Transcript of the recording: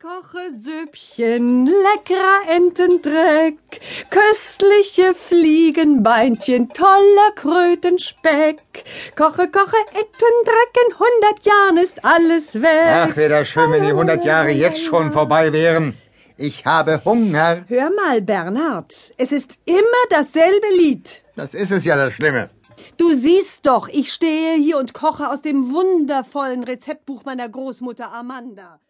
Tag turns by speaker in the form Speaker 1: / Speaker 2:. Speaker 1: koche Süppchen, leckerer Entendreck, köstliche Fliegenbeinchen, toller Krötenspeck. Koche, koche Entendreck, in 100 Jahren ist alles weg.
Speaker 2: Ach, wäre das schön, wenn die 100 Jahre jetzt schon vorbei wären. Ich habe Hunger.
Speaker 1: Hör mal, Bernhard, es ist immer dasselbe Lied.
Speaker 2: Das ist es ja das Schlimme.
Speaker 1: Du siehst doch, ich stehe hier und koche aus dem wundervollen Rezeptbuch meiner Großmutter Amanda.